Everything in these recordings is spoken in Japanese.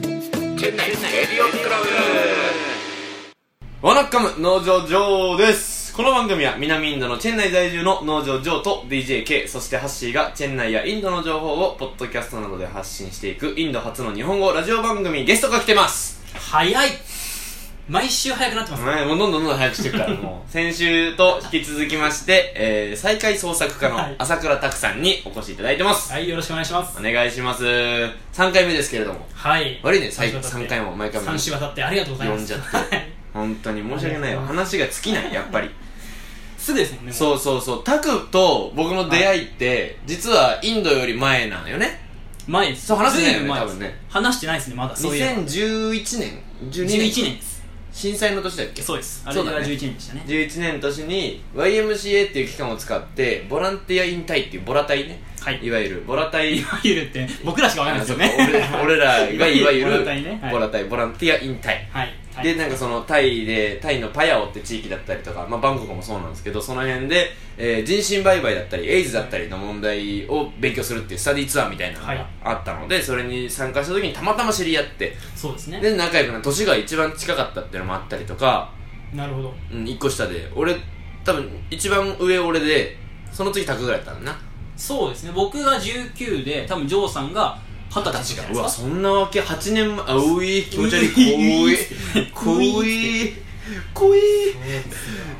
店内エリオンクラブワナッカム農場ジョーですこの番組は南インドのチェンナイ在住の農場ジョーと DJK そしてハッシーがチェンナイやインドの情報をポッドキャストなどで発信していくインド初の日本語ラジオ番組ゲストが来てます早い毎週早くなってます、はいもうどんどんどんどん早くしていくからもう先週と引き続きまして、えー、再開創作家のはい朝倉拓さんにお越しいただいてます、はいよろしくお願いしますお願いします3回目ですけれどもはい悪いね最3回も毎回も3週わたってありがとうございます呼んじゃはい本当に申し訳ないわあり話が尽きないやっぱりすぐですもんねうそうそうそうタクと僕の出会いって実はインドより前なのよね前ですそう話してないよねずぶ前です多分ね話してないですねまだそういえば2011年12 11年年です震災の年だっけそうですあそれうだがね11年でしたね11年の年に YMCA っていう機関を使ってボランティア引退っていうボラ隊ねはいいわゆるボラ隊いわゆるって僕らしかわからないですよねあそう俺ら俺らがいわゆるボラ隊ねはい ボラ隊ボランティア引退 はいはいでなんかそのタイでタイのパヤオって地域だったりとか、まあ、バンコクもそうなんですけどその辺で、えー人身売買だったりエイズだったりの問題を勉強するっていうスタディツアーみたいなのはがいあったので、それに参加した時にたまたま知り合ってそうですねで仲良くなって年が一番近かったっていうのもあったりとか、なるほどうん、1個下で俺多分一番上俺でその次タクぐらいだったんだなそうですね僕が19で多分ジョーさんが二十歳じゃないでうすわかそんなわけ8年前あうい気持ち悪いこういこういこうい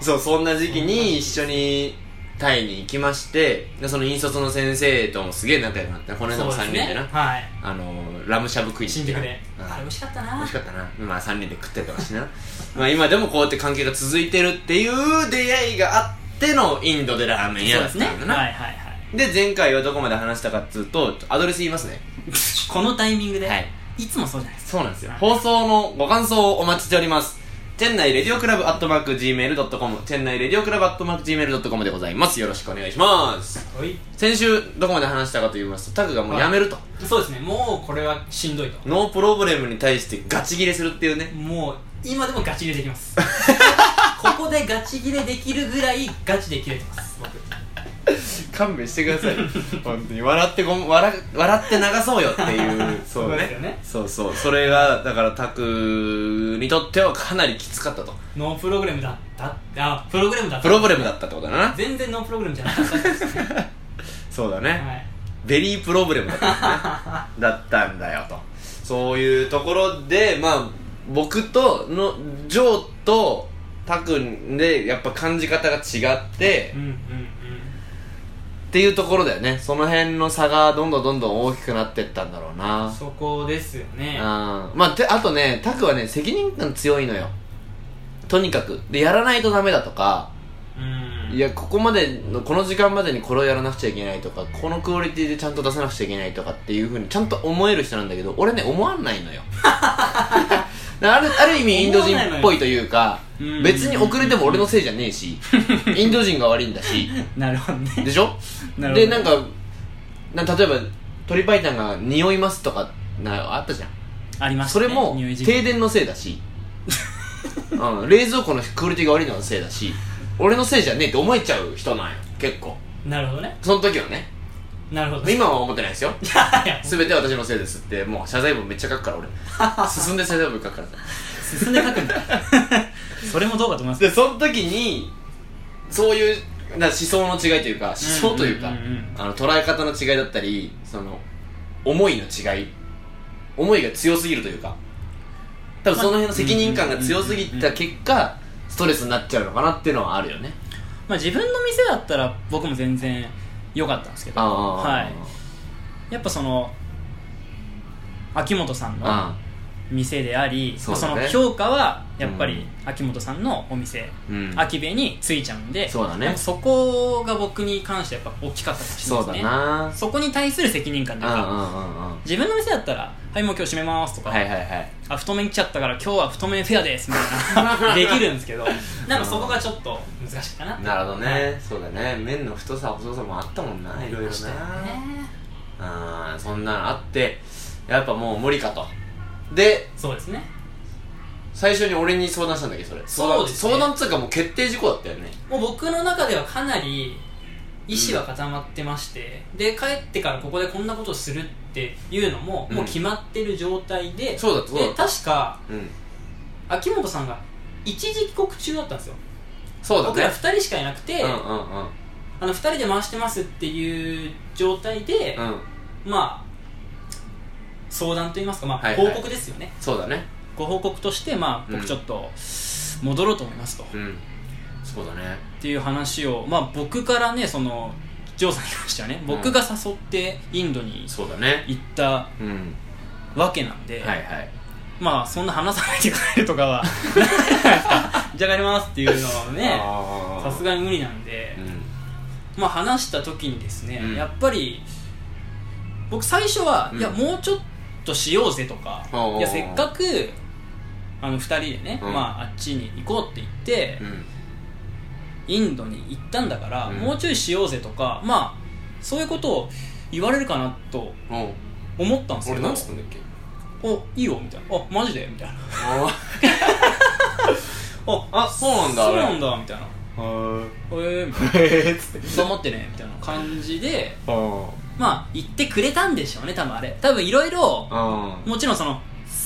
そうそんな時期に一緒にタイに行きましてでその引率の先生ともすげえ仲良くなってこの間も3人でな、はいあのラムしゃぶ食いに行新って宿なでうんあれ美味しかった美な味しかったなまあ3人で食ってたしな まあ今でもこうやって関係が続いてるっていう出会いがあってのインドでラーメン屋そうだでっすねたはんいだな、はいはいで前回はどこまで話したかっつうとアドレス言いますね このタイミングで、はいい、つもそうじゃないですかそうなんですよ。放送のご感想をお待ちしております。店内レディオクラブアットマーク Gmail.com、店内レディオクラブアットマーク Gmail.com でございます。よろしくお願いします。先週どこまで話したかと言いますと、タグがもうやめると。そうですねもうこれはしんどいとノープロブレムに対してガチギレするっていうね。もう今でもガチ切れできます ここでガチ切れできるぐらいガチで切れてます僕勘弁してくだ さい。本当に。笑ってごめん、笑、笑って流そうよっていう。 そうそうねですよね。そうそう。それが、だからタグにとってはかなりきつかったと。ノープログラムだったあプログラムだったプロブレムだったってことだな。全然ノープログラムじゃなかったですね、そうだね。はい、ベリープロブレムだった,、ね、だったんだよとそういうところでまあ僕とのジョーとタクンでやっぱ感じ方が違ってうんうんうんっていうところだよねその辺の差がどんどんどんどん大きくなってったんだろうなそこですよねあまあ、てあとねタクはね責任感強いのよとにかくでやらないとダメだとかうんいやここまでのこの時間までにこれをやらなくちゃいけないとかこのクオリティでちゃんと出さなくちゃいけないとかっていうふうにちゃんと思える人なんだけど俺ね思わんない のよだからあるある意味インド人っぽいというか思わないのよ別に遅れても俺のせいじゃねえしインド人が悪いんだしなるほどねでしょ なるほでどなんかな例えば鳥パイタンが匂いますとかなあったじゃんありましそたねれも匂い事件停電のせいだ し、うん、冷蔵庫のクオリティが悪いののせいだし俺のせいじゃねえって思えちゃう人なんよ結構なるほどねその時はねなるほどね今は思ってないですよい やいや全て私のせいですってもう謝罪文めっちゃ書く から俺進んで謝罪文書くから進んで書くんだ それもどうかと思いますでその時にそういうな思想の違いというか思想というか、うんうんうんうんあの捉え方の違いだったりその思いの違い思いが強すぎるというか多分その辺の責任感が強すぎた結果ストレスになっちゃうのかなっていうのはあるよねまあ、自分の店だったら僕も全然良かったんですけど、はあい、やっぱその秋元さんーのあ店でありそうまだあねその評価はやっぱうんり秋元さんのお店、ーうん秋部についちゃうんでそうだねやっぱそこが僕に関してやっぱ大きかったかもしれそなうだいですねなそこに対する責任感うとんいううんかうんうん自分の店だったら「はいもう今日閉めます」とか、はいはいはいあ太麺来ちゃったから今日は太麺フェアです」みたい なできるんですけどなんかそこがちょっと難しいかななるほどねそうだね麺の太さ細さもあったもんないろいろしたよなねあーそんなのあってやっぱもう無理かとでそうですね最初に俺に相談したんだけどそれそうですね相談相談っつうかもう決定事項だったよねもう僕の中ではかなり意思は固まってまして、で帰ってからここでこんなことをするっていうのも、うんもう決まってる状態でそうだったそうだでった確かうん秋元さんが一時帰国中だったんですよそうだ僕らね2人しかいなくて、うんうんうんあの2人で回してますっていう状態で、うんまあ相談といいますか、まあはいはい報告ですよねそうだねご報告として、まあ、うん僕ちょっと戻ろうと思いますと、っうんそうだねていう話を、まあ、僕からねそのジョーさんにましてはね僕が誘ってインドにそうだね行ったうんわけなんで、はいはいまあそんな話さないで帰るとか はないじゃないですかじゃあ帰りますっていうのはねささすがに無理なんでう、んまあ話した時にですね、うんやっぱり僕最初は、うんいやもうちょっとしようぜとか、おうおうおういやせっかくあの2人でね、うんまあ、あっちに行こうって言って、うんインドに行ったんだから、うんもうちょいしようぜとかまあそういうことを言われるかなとおう思ったんですけ俺どなんつったんだっけおいいよみたいなあマジでみたいなああそうなんだそあうれなんだみたいなはええみたいいへえつってな頑張ってねみたいな感じでうんまあ言ってくれたんでしょうね多分あれ多分いろいろもちろんその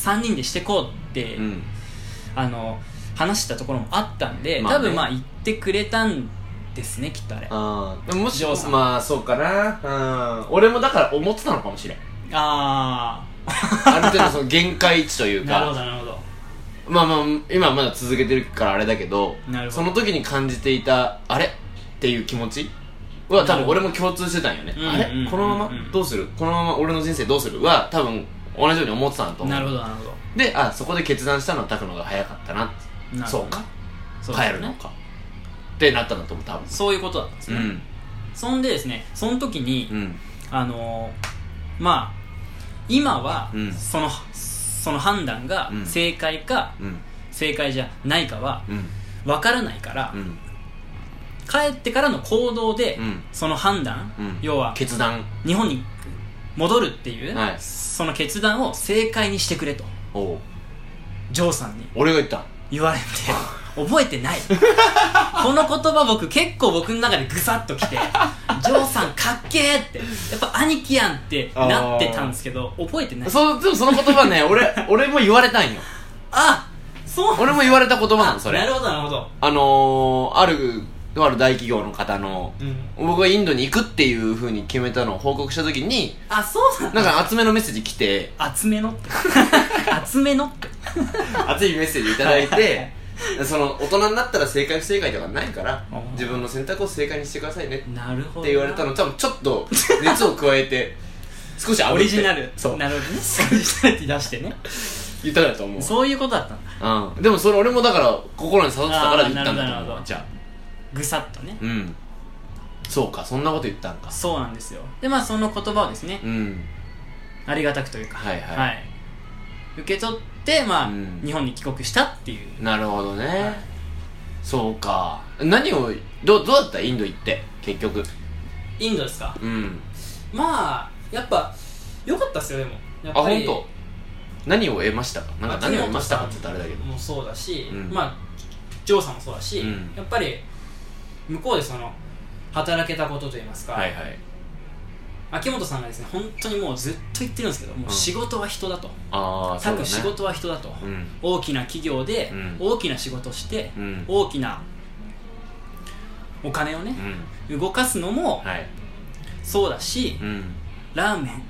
3人でしてこうって、うんあの話したところもあったんで、まあね多分まあ言ってくれたんですねきっとあれああーでももジョーさしんまあそうかなうん俺もだから思ってたのかも しれんあある程度その限界値というーなるほどかなるほどまあまあ今まだ続けてるからあれだけどなるほそどの時に感じていたあれっていう気持ちは多分俺も共通してたんよねうんあうんれこのまうんまどうするこのまま俺の人生どうするは多分同じように思ってたんと思なるうほどなるほどであそこで決断したのは拓野が早かったななるほそどうねかそうで帰すよるのねかってなったんだと思う多分そういうことだったんですうね、んそんでですねその時に、うんあのーまあ今は、うんそのその判断がうん正解か、うん正解じゃないかはうん分からないから、うん帰ってからの行動で、うんその判断、うん要は決断日本に戻るっていう、はいその決断を正解にしてくれとおうジョーさんに俺が言った言われて覚えてないこの言葉僕結構僕の中でグサッときて「ジョーさんかっけえ!」ってやっぱ兄貴やんってなってたんですけど覚えてないそうでもその言葉ね俺俺も言われたんよあそう俺も言われた言葉なのそなれるほどなるほどあのー、あるとある大企業の方のうん僕がインドに行くっていうふうに決めたのを報告した時にあそうなんだなんか厚めのメッセージ来 て厚めのって厚めのって熱いメッセージいただいてその大人になったら正解不正解とかないからあー自分の選択を正解にしてくださいねってなるほど言われたの多分ちょっと熱を加え て少し炙ってオリジナルそうなるほどねオリジナリティ出してね言ったんだと思うそういうことだったんだうん、でもそれ俺もだから心に誘ってたから言ったんあだーなるほとどなる思ほうどじゃぐさっとねあうんそうかそんなこと言ったんかそうなんですよでまあその言葉をですねうんありがたくというかはいはい受け取ってまあ、うん日本に帰国したっていうなるほどね、はいそうか何をどうどうだったインド行って結局インドですかうんまあやっぱ良かったっすよでもやっあぱ本り当。何を得ましたかなんか何を秋元さん得ましたかって言ったらあれだけどもうそうだし、うんまあジョーさんもそうだし、うんやっぱり向こうでその働けたことといいますか、はいはい秋元さんがですね本当にもうずっと言ってるんですけどもう仕事は人だと、ああそうだ多分ね仕事は人だと、うん大きな企業でうん大きな仕事して、うん大きなお金をねう、ん動かすのもはいそうだし、うんラーメン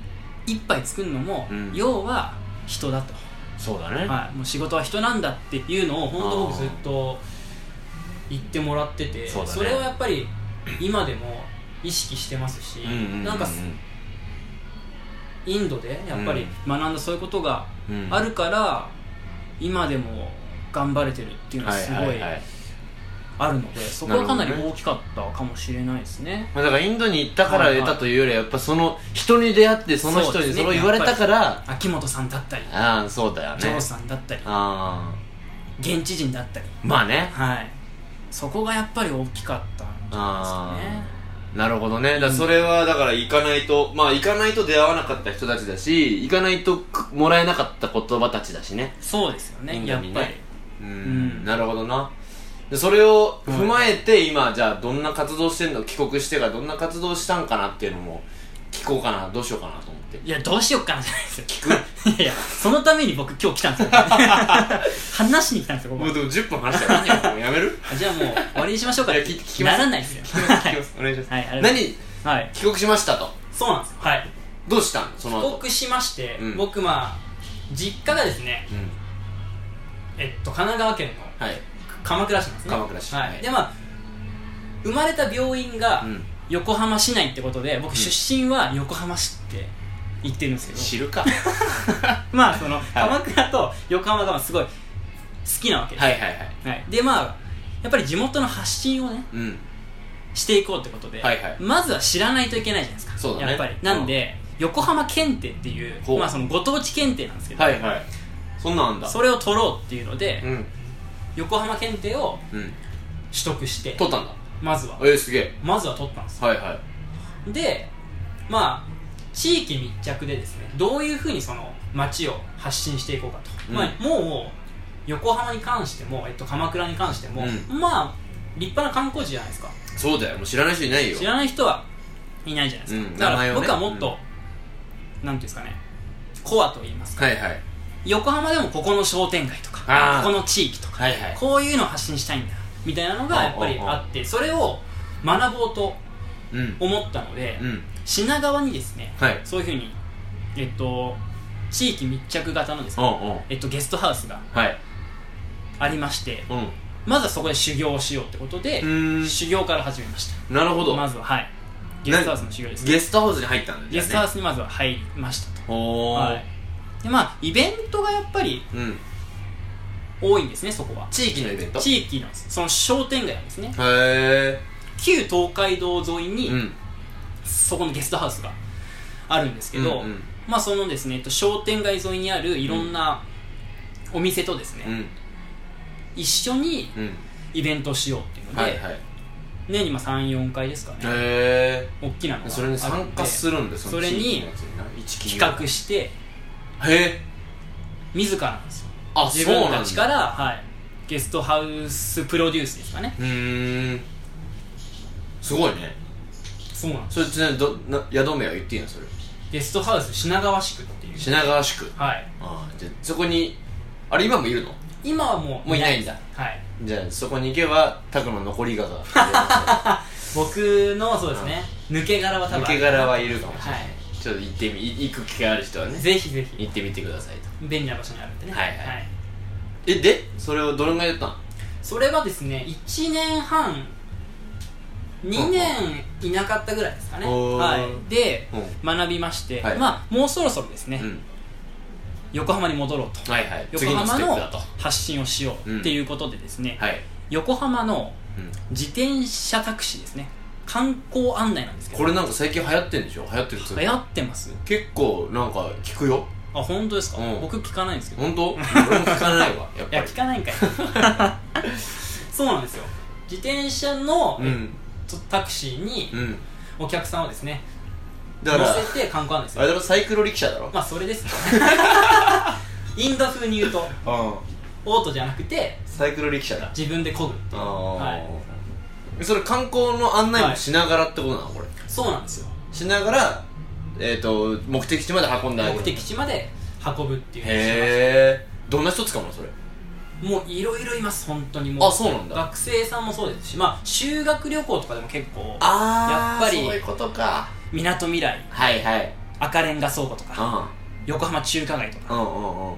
一杯作るのも、うん要は人だと、そうだねはい、もう仕事は人なんだっていうのを本当僕ずっと言ってもらっててそうだねれはやっぱり今でも意識してますし、うんうんうんなんかインドでやっぱり学んだそういうことがうんあるから、今でも頑張れてるっていうのはすごはいいはいはいあるのでそこはかなり大きかったかもしれないですねまあ、だからインドに行ったから得たというよりはやっぱその人に出会ってその人にそれを言われたから、秋元さんだったりああそうだよねジョーさんだったりあ現地人だったりあまあねはいそこがやっぱり大きかったんじゃないですかねなるほどねだからそれはだから行かないとまあ行かないと出会わなかった人たちだし行かないとくもらえなかった言葉たちだしねそうですよねインドやっにねぱりうん、んなるほどなでそれを踏まえて今じゃあどんな活動してんの帰国してからどんな活動したんかなっていうのも聞こうかなどうしようかなと思っていやどうしよっかなじゃないですよ聞くいやいやそのために僕今日来たん ですよ話しに来たんですよここもうでも10分話したら何やもうやめるじゃあもう終わりにしましょうかいや聞聞きますならないですよ聞きます聞きますお願いします、はいありがとうござい何ますはい帰国しましたとそうなんですよはいどうしたんその帰後国しまして、うん僕まあ実家がですね、うんえっと、神奈川県のはい鎌倉市なんですね鎌倉市はいはいでまあ生まれた病院がうん横浜市内ってことで僕出身は横浜市って言ってるんですけど、知る かまあその鎌倉と横浜がすごい好きなわけです、はいはいはいはいでまあやっぱり地元の発信をねうんしていこうってことで、はいはいまずは知らないといけないじゃないですかそうだねやっぱりなんで、横浜検定っていうほうまあそのご当地検定なんですけど、はいはいそんなんあんだそれを取ろうっていうので、うん横浜検定をうん取得して取ったんだまずはえー、すげえまずは取ったんですよはいはいでまあ地域密着でですねどういうふうにその街を発信していこうかと、うんまあ、もう横浜に関しても、えっと、鎌倉に関しても、うまあ立派な観光地じゃないですかそうだよもう知らない人いないよ知らない人はいないじゃないですか、うんだか名前らをね僕はもっと、なんていうんですかねコアと言いますかはいはい横浜でもここの商店街とあかーここの地域とか、はいはいこういうのを発信したいんだみたいなのがやっぱりあってそれを学ぼうとうん思ったので、うん品川にですねはいそういうふうに、えっと、地域密着型のですうね、んうんえっと、ゲストハウスがはいありましてうんうまずはそこで修行をしようってことで、ー修行から始めましたんなるほどまずははいゲストハウスの修行ですゲストハウスに入ったんだゲストハウススにまずは入りましたおと、お、はい、でまあイベントがやっぱりうん多いんですねそこは地域のイベントへ地域なんですその商店街なんですねえ旧東海道沿いに、うんそこのゲストハウスがあるんですけど、うんまあそのですね、えっと、商店街沿いにあるいろんなお店とですね、うん一緒にうんイベントをしようっていうので、はいはいへ年にまあ34回ですかね、え大きなのがそれに参加するるんでそれに企画へしてえ自らなんですよあ自そう分なたんちだから、はい、ゲストハウスプロデュースですかねうーんすごいねそうなんですそれちなみにどな宿名は言っていいのそれゲストハウス品川宿っていう品川宿はいああじゃあそこにあれ今もいるの今はもうもういないんだはいじゃあそこに行けばタクの残 りがが僕のそうですね抜け殻は多分抜あるけ殻はいるかもしれない、はちょっと行ってみい行く機会ある人はねいぜひぜひ行ってみてくださいと便利な場所にあるんでねはいはいえでそれをどれぐらいやったのそれはですね1年半2年いなかったぐらいですかね、おーはい、でう学びまして、はいまあもうそろそろですね、ん、うん、横浜に戻ろうとはいはい横次のス浜テッのプだと発信をしようっていうことでですね、はい、横浜のうん、自転車タクシーですね観光案内なんですけどこれなんか最近流行ってんでしょ流行ってるっつうか流行ってます結構なんか聞くよあ本当ですか、うん僕聞かないんですけど本当俺も聞かないわやっいぱやり聞かない んかいそうなんですよ自転車の、うんタクシーにうんお客さんをですねだから乗せて観光案内すあるれだろサイクロ力車だろまあそれ ですねインド風に言うとうんオートじゃなくてサイクロ力車だ自分で漕ぐっていう、ははい、それ観光の案内もしながらってことなのこれい、そうなんですよしながら、えー、と目的地まで運んであげる目的地まで運ぶっていうのをしましへえどんな人使うのそれたもういろいろいます本当にもうあそうなんだ学生さんもそうですしまあ修学旅行とかでも結構あーやっぱりそういうことかみなとみらいはいはい赤レンガ倉庫とか横浜中華街とうかんうんうんうん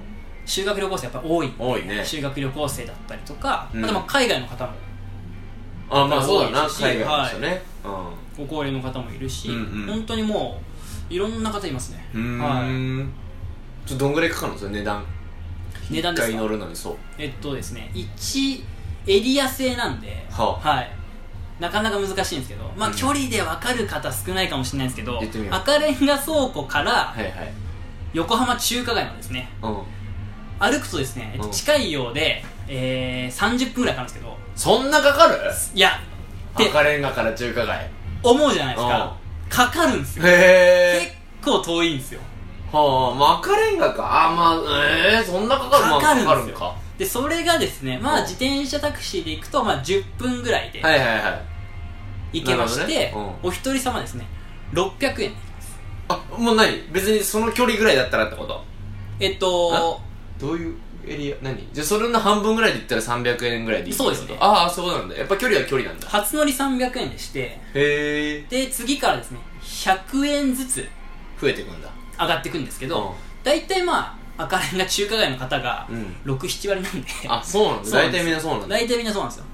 修学旅行生やっぱ多い多いね修学旅行生だったりとか、うんあとまあ海外の方もあまあそうだな多いし海外の人ね、うご高齢の方もいるし、うんうん本当にもういろんな方いますねんうはーんちょっとどんぐらいかかるのそれ値段い、値段です一か回乗るのにそうえっとですね1エリア制なんで、ははいなかなか難しいんですけど、まあ、うん距離で分かる方少ないかもしれないんですけど、言ってみよう赤レンガ倉庫からはいはい横浜中華街までですねうん歩くとですね、えっとうん近いようで、えー、30分ぐらいかかるんですけどそんなかかるいやって赤レンガから中華街へ思うじゃないですかかかるんですよえ結構遠いんですよはあ、まあ、赤レンガか。あーまあ、ええそんなかかるかかるまあかんですよかるんか。でそれがですねまあ自転車タクシーで行くとまあ10分ぐらいではいはいはい行けまして、なるほどねお一人様ですね600円あもう何別にその距離ぐらいだったらってことえっとどういうエリア何じゃあそれの半分ぐらいで言ったら300円ぐらいでいいってことそうですねああそうなんだやっぱ距離は距離なんだ初乗り300円でしてへえで次からですね100円ずつ増えてくんだ上がっていくんですけうどん大体まあ赤レンが中華街の方がうん67割なんで、あそうなんだそうな大んです体みんなそうなんだ大体みんなそうなんですよ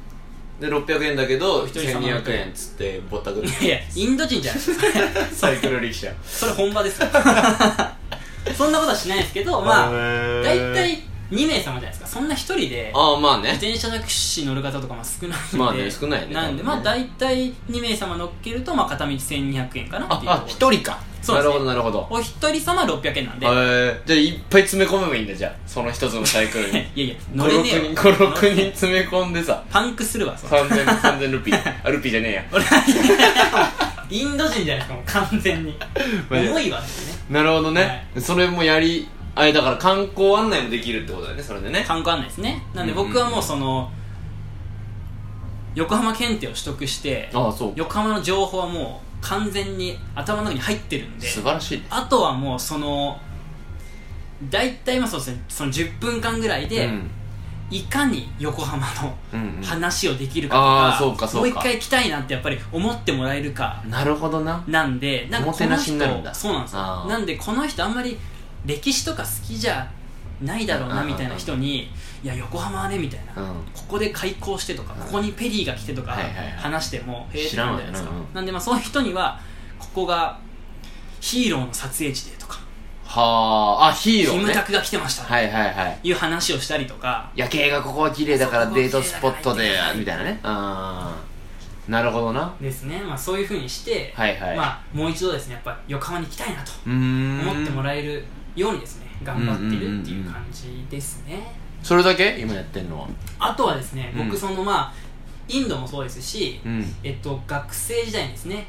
で600円だけど一人様1200円っつってぼったくるいやいやインド人じゃないですかサイクル力者それ本場で すよそんなことはしないですけどまあ大大体2名様じゃないですかそんな1人でああまあ自ね転車タクシー乗る方とかも少ないんでまあね少ないねなん多分ねでまあ大体2名様乗っけるとまあ片道1200円かなっていうああところ一人かそうですなるねほどなるほどお一人様600円なんで、へえじゃあいっぱい詰め込めばいいんだじゃあその一つのサイクルにいやいや乗れねえよ56人56人詰め込んでさパンクするわそれ3000 3000ルピ ーあルピーじゃねえやインド人じゃないですかもう完全に マジで重いわですよねなるほどね、それもやりあれだから観光案内もできるってことだよねそれでね観光案内ですねなんで僕はもうその横浜検定を取得してああそう横浜の情報はもう完全に頭の中に入ってるんで素晴らしいねあとはもうその大体まあそうですねその10分間ぐらいで、うんいかに横浜うんうんの話をできるかあーそとうかか,、そうかもう一回来たいなってやっぱり思ってもらえるかなるほどななんでなんかおもてこなのし人になるんだそうなんですよあーなんでこの人あんまり歴史とか好きじゃないだろうなうんみたいな人に「いや横浜はね」みたいな、うんここで開港してとか、うんここにペリーが来てとかはいはいはい話しても、へー知らんわってなるじゃないですか、うんうんなんでまあそういう人にはここがヒーローの撮影地でとか、はああヒーロキームねタクが来てました、はいはいはいい、う話をしたりとか夜景がここは綺麗だからデートスポットでそうみたいなねああなるほどなですね、まあ、そういうふうにして、はいはいまあ、もう一度ですねやっぱ横浜に来たいなとうーん思ってもらえるようにですね頑張ってるっていう感じですね、それだけ今やってんのはあとはですねうん僕そのまあインドもそうですし、うんえっと、学生時代にですね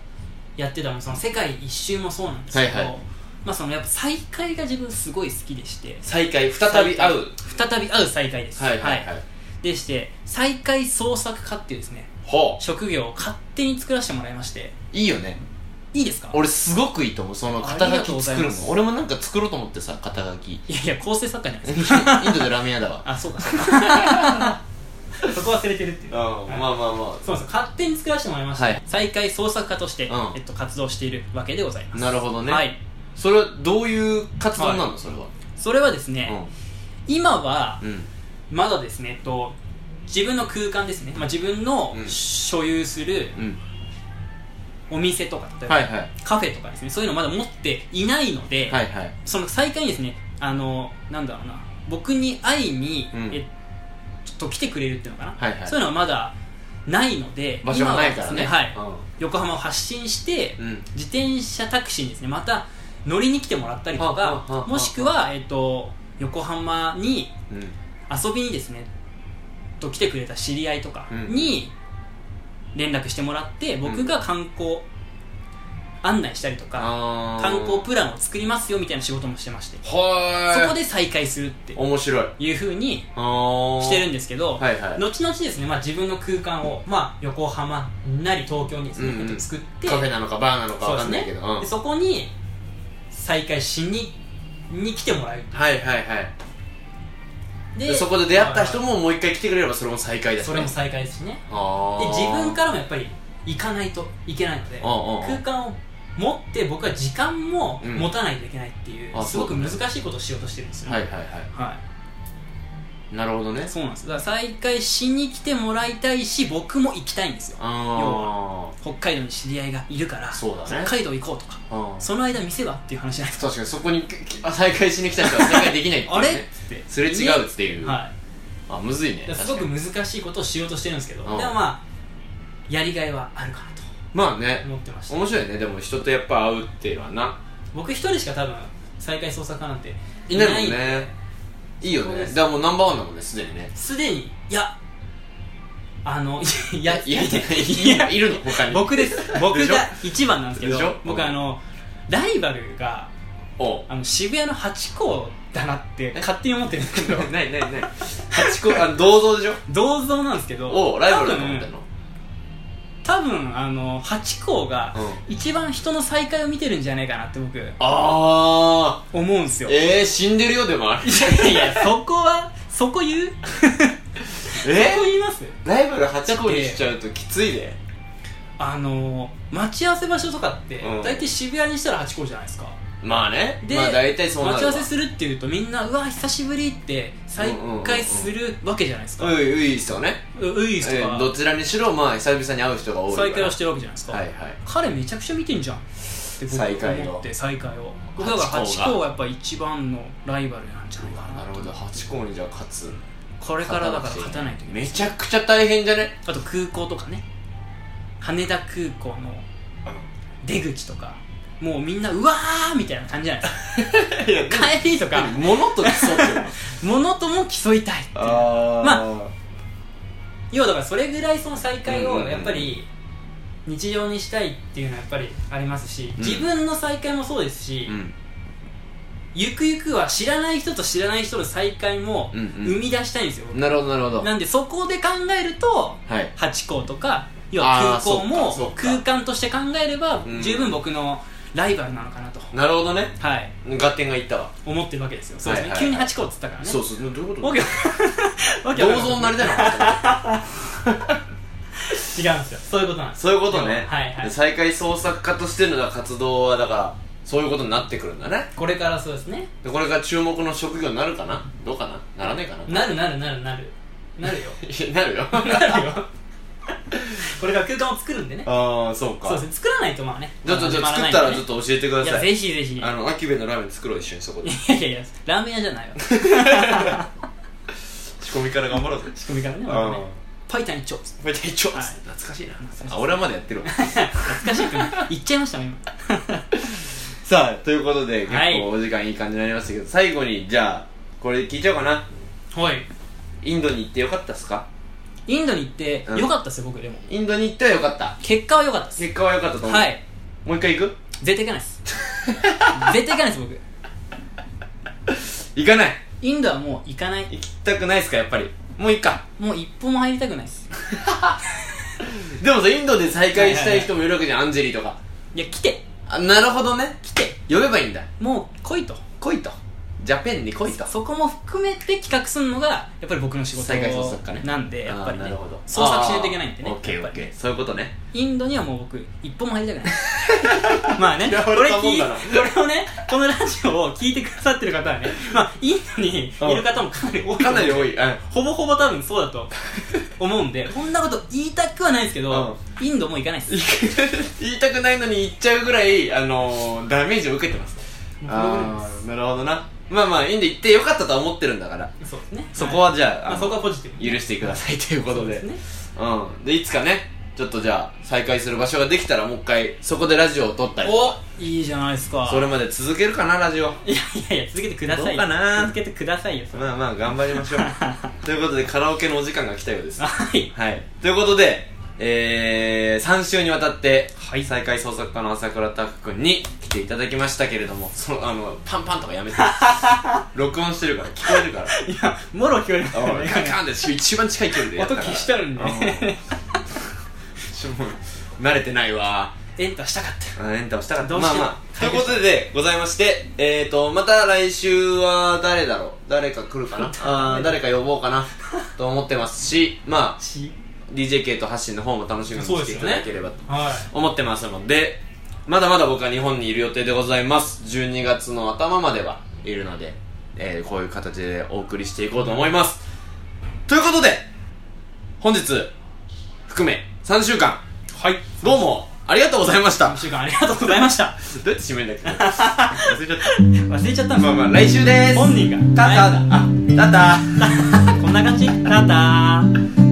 やってたのもその世界一周もそうなんですけど、はいはいまあ、そのやっぱ再会が自分すごい好きでして再会再び会う再会ですはいはいはいでして再会創作家っていうですねほう職業を勝手に作らせてもらいましていいよねいいですか俺すごくいいと思うその肩ありがと書うごきざい作るまのす俺もなんか作ろうと思ってさ肩書 きいやいや構成作家じゃないイ ですかンドでラーメン屋だ わあそうかそうかそこ忘れてるっていううんまあまあまそうそう勝手に作らせてもらいました、はい再開創作家として、うんえっと、活動しているわけでございまあすなるほどね、はい、それはどういう活動なの、はそれはそれはですね、今はうんうんまだですね、えっと、自分の空間ですね、まあ、自分のうん所有するうんお店とか例えば、はいはいカフェとかですねそういうのまだ持っていないので、はいはいその再開にですねあのなんだろうな僕に会いに、うんえちょっと来てくれるっていうのかな、はいはいそういうのはまだないので場所がないからね今はですはい横浜を発信して、うん、うん自転車タクシーにですねまた乗りに来てもらったりとはあはあはかあもしくは、えっと横浜にうん、遊びにですねと来てくれた知り合いとかに連絡してもらって、僕が観光案内したりとか、あー観光プランを作りますよみたいな仕事もしてまして、はーいそこで再開するって面白いいうふうにあしてるんでですけど、はいはい後々ですね、まあ、自分の空間を、まあ、横浜なり東京にですね、うんうんえっと作ってカフェなのかバーなのかそわうでかすんないけどねう、んでそこに再開しにに来てもらうはいはいはいででそこで出会った人ももう一回来てくれればそれも再会だし、ね、それも再開ですしねあでー自分からもやっぱり行かないといけないのでうんうんうん空間を持って僕は時間もうん持たないといけないっていう、あすごくそうだ難ねしいことをしようとしてるんですよねはいはいははいなるほどねいそうなんですだから再開しに来てもらいたいし僕も行きたいんですよあ北海道に知り合いがいるからそうだね北海道行こうとかあうんその間店はっていう話じゃないですか確かにそこにきあ再会しに来た人は再会で きないっていう、ね、あれっつってすれ違うっていう、はいあむずいねだからすごく確かに難しいことをしようとしてるんですけど、うんでもまあやりがいはあるかなとまあね思ってました面白いねでも人とやっぱ会うっていうのはな僕一人しか多分再開捜査家なんていないもんねいいよそうねでだすからもうナンバーワンだもんねすでにねすでにいやあの いやいやいやいやいるの他に僕です僕でしょが一番なんですけでしどょ僕あのライバルがおうあの渋谷のハチ公だなって勝手に思ってるんですけどないないない八個あ銅像でしょ銅像なんですけどをライバルだと思ってんの多分多分あの八甲がう一番人の再会を見てるんじゃないかなって僕ああ思うんですよいえー、死んでるよでもあれやいやそこはそ こ言うそこえ言いますライバル8個にしちゃうときついであの待ち合わせ場所とかって、うん大体渋谷にしたら八甲じゃないですかまあねで、まあ大体そうな待ちる合わわせするっていうとみんなうわ久しぶりって再会するわけじゃないですか、ういういっすよねうういっすとえかーどちらにしろまあ久々に会う人が多いから再会をしてるわけじゃないですか、はいはい彼めちゃくちゃ見てんじゃんって再僕会を思って再会を僕だから八甲が八甲がやっぱ一番のライバルなんじゃないかななるほど8個にじゃあ勝つこれからだから勝たないといけないめちゃくちゃ大変じゃねあと空港とかね羽田空港の出口とかもうみんなうわーみたいな感 じじゃないですかいや帰りとか物と競って る物とも競いたいっていうあーまあ要はだからそれぐらいその再会うんうんをうんやっぱり日常にしたいっていうのはやっぱりありますし、うん自分の再会もそうですし、うんゆくゆくは知らない人と知らない人の再会もうんうん生み出したいんですよ、なるほどなるほどなんでそこで考えるとはいハチ公とか要はあー空港もそっかそっ空か間として考えればうん十分僕のライバルなのかなと、なるほどねはい合点がいったわ思ってるわけですよそうはいですね、はいはい急にハチ公っつったからねそうそうどういうことわけわけ銅わかんない像になりたい な違うんですよそういうことなんですそういうことねはいはい再開創作家としての活動はだからそういうことになってくるんだねこれからそうですねでこれが注目の職業になるかなどうかなならねえかななるなるなるなるなるよ なるよなるよこれから空間を作るんでねああそうかそうですね作らないとまあねじゃあじゃあじゃあ始ま作らったないんらでちねょっと教えてくだいやさいぜひぜひいあのアキベのラーメン作ろう一緒にそこでやいやいやラーメン屋じゃ ないわ仕込みから頑張ろうぜ仕組みからねま あたあねパイタン一丁めっちゃ一丁はい懐かしいな懐かしいあ俺はまだやってるわ懐かしいくん言っちゃいましたもん今さあということで結はい構お時間いい感じになりましたけど最後にじゃあこれ聞いちゃおうかなはいインドに行ってよかったっすかインドに行って良かったですよ僕でもインドに行ってはよかった結果は良かったです結果はよかったと思うはいもう一回行く絶対行かないです 絶対行かないです僕行かないインドはもう行かない行きたくないっすかやっぱりもういいかもう一歩も入りたくないですでもさインドで再会したい人もいるわけじゃんアンジェリーとかいや来てあなるほどね来て呼べばいいんだもう来いと来いとジャペンに来いとそこも含めて企画するのがやっぱり僕の仕事再開創作家ねなんでやっぱあーりなねるほど創作しないといけないんでねあーオッケーやオっぱッりケーそういうことね インドにはもう僕一歩も入りたくないまあね嫌わこれれたも聞んいだなこれをねこのラジオを聞いてくださってる方はねまあインドにいる方もかなり多いとか思うなり多いうんほぼほぼ多分そう だと思うんでこんなこと言いたくはないですけど、インドもう行かないです言いたくないのに言っちゃうぐらい、あのー、ダメージを受けてますああなるほどなまあまあいいんで行ってよかったとは思ってるんだからそうですねそこはじゃあ,、まあのそこはポジティブ許してくださいということでそうですねうんでいつかねちょっとじゃあ再開する場所ができたらもう一回そこでラジオを撮ったりおいいじゃないですかそれまで続けるかなラジオいやいやいや続けてくださいよどうかな続けてくださいよそれまあまあ頑張りましょ うということでカラオケのお時間が来たようですはいはい、ということで、えー、3週にわたって、再開創作家の朝倉拓君に来ていただきましたけれどもそのあのパンパンとかや めて録音してるから聞こえるからいやもろ聞こえましたあのカンねカンって一番近い距離でやった音から消してあるんでうんちょもう慣れてないわエンタしたかったあエンタをしたかったどうしまあようまあとはいいうことでございましてえーとまた来週は誰だろう誰か来るかな あー誰か呼ぼうか なと思ってますしまあし DJK と発信の方も楽しみにしていただければとはい思ってますのでまだまだ僕は日本にいる予定でございます12月の頭まではいるので、えーこういう形でお送りしていこうと思いますということで本日含め3週間はいどうもありがとうございました1週間ありがとうございましたどうやって締めるんだっけ忘れちゃった忘れちゃったんでまあまあ来週です本人がタタあタタすこんな感じタター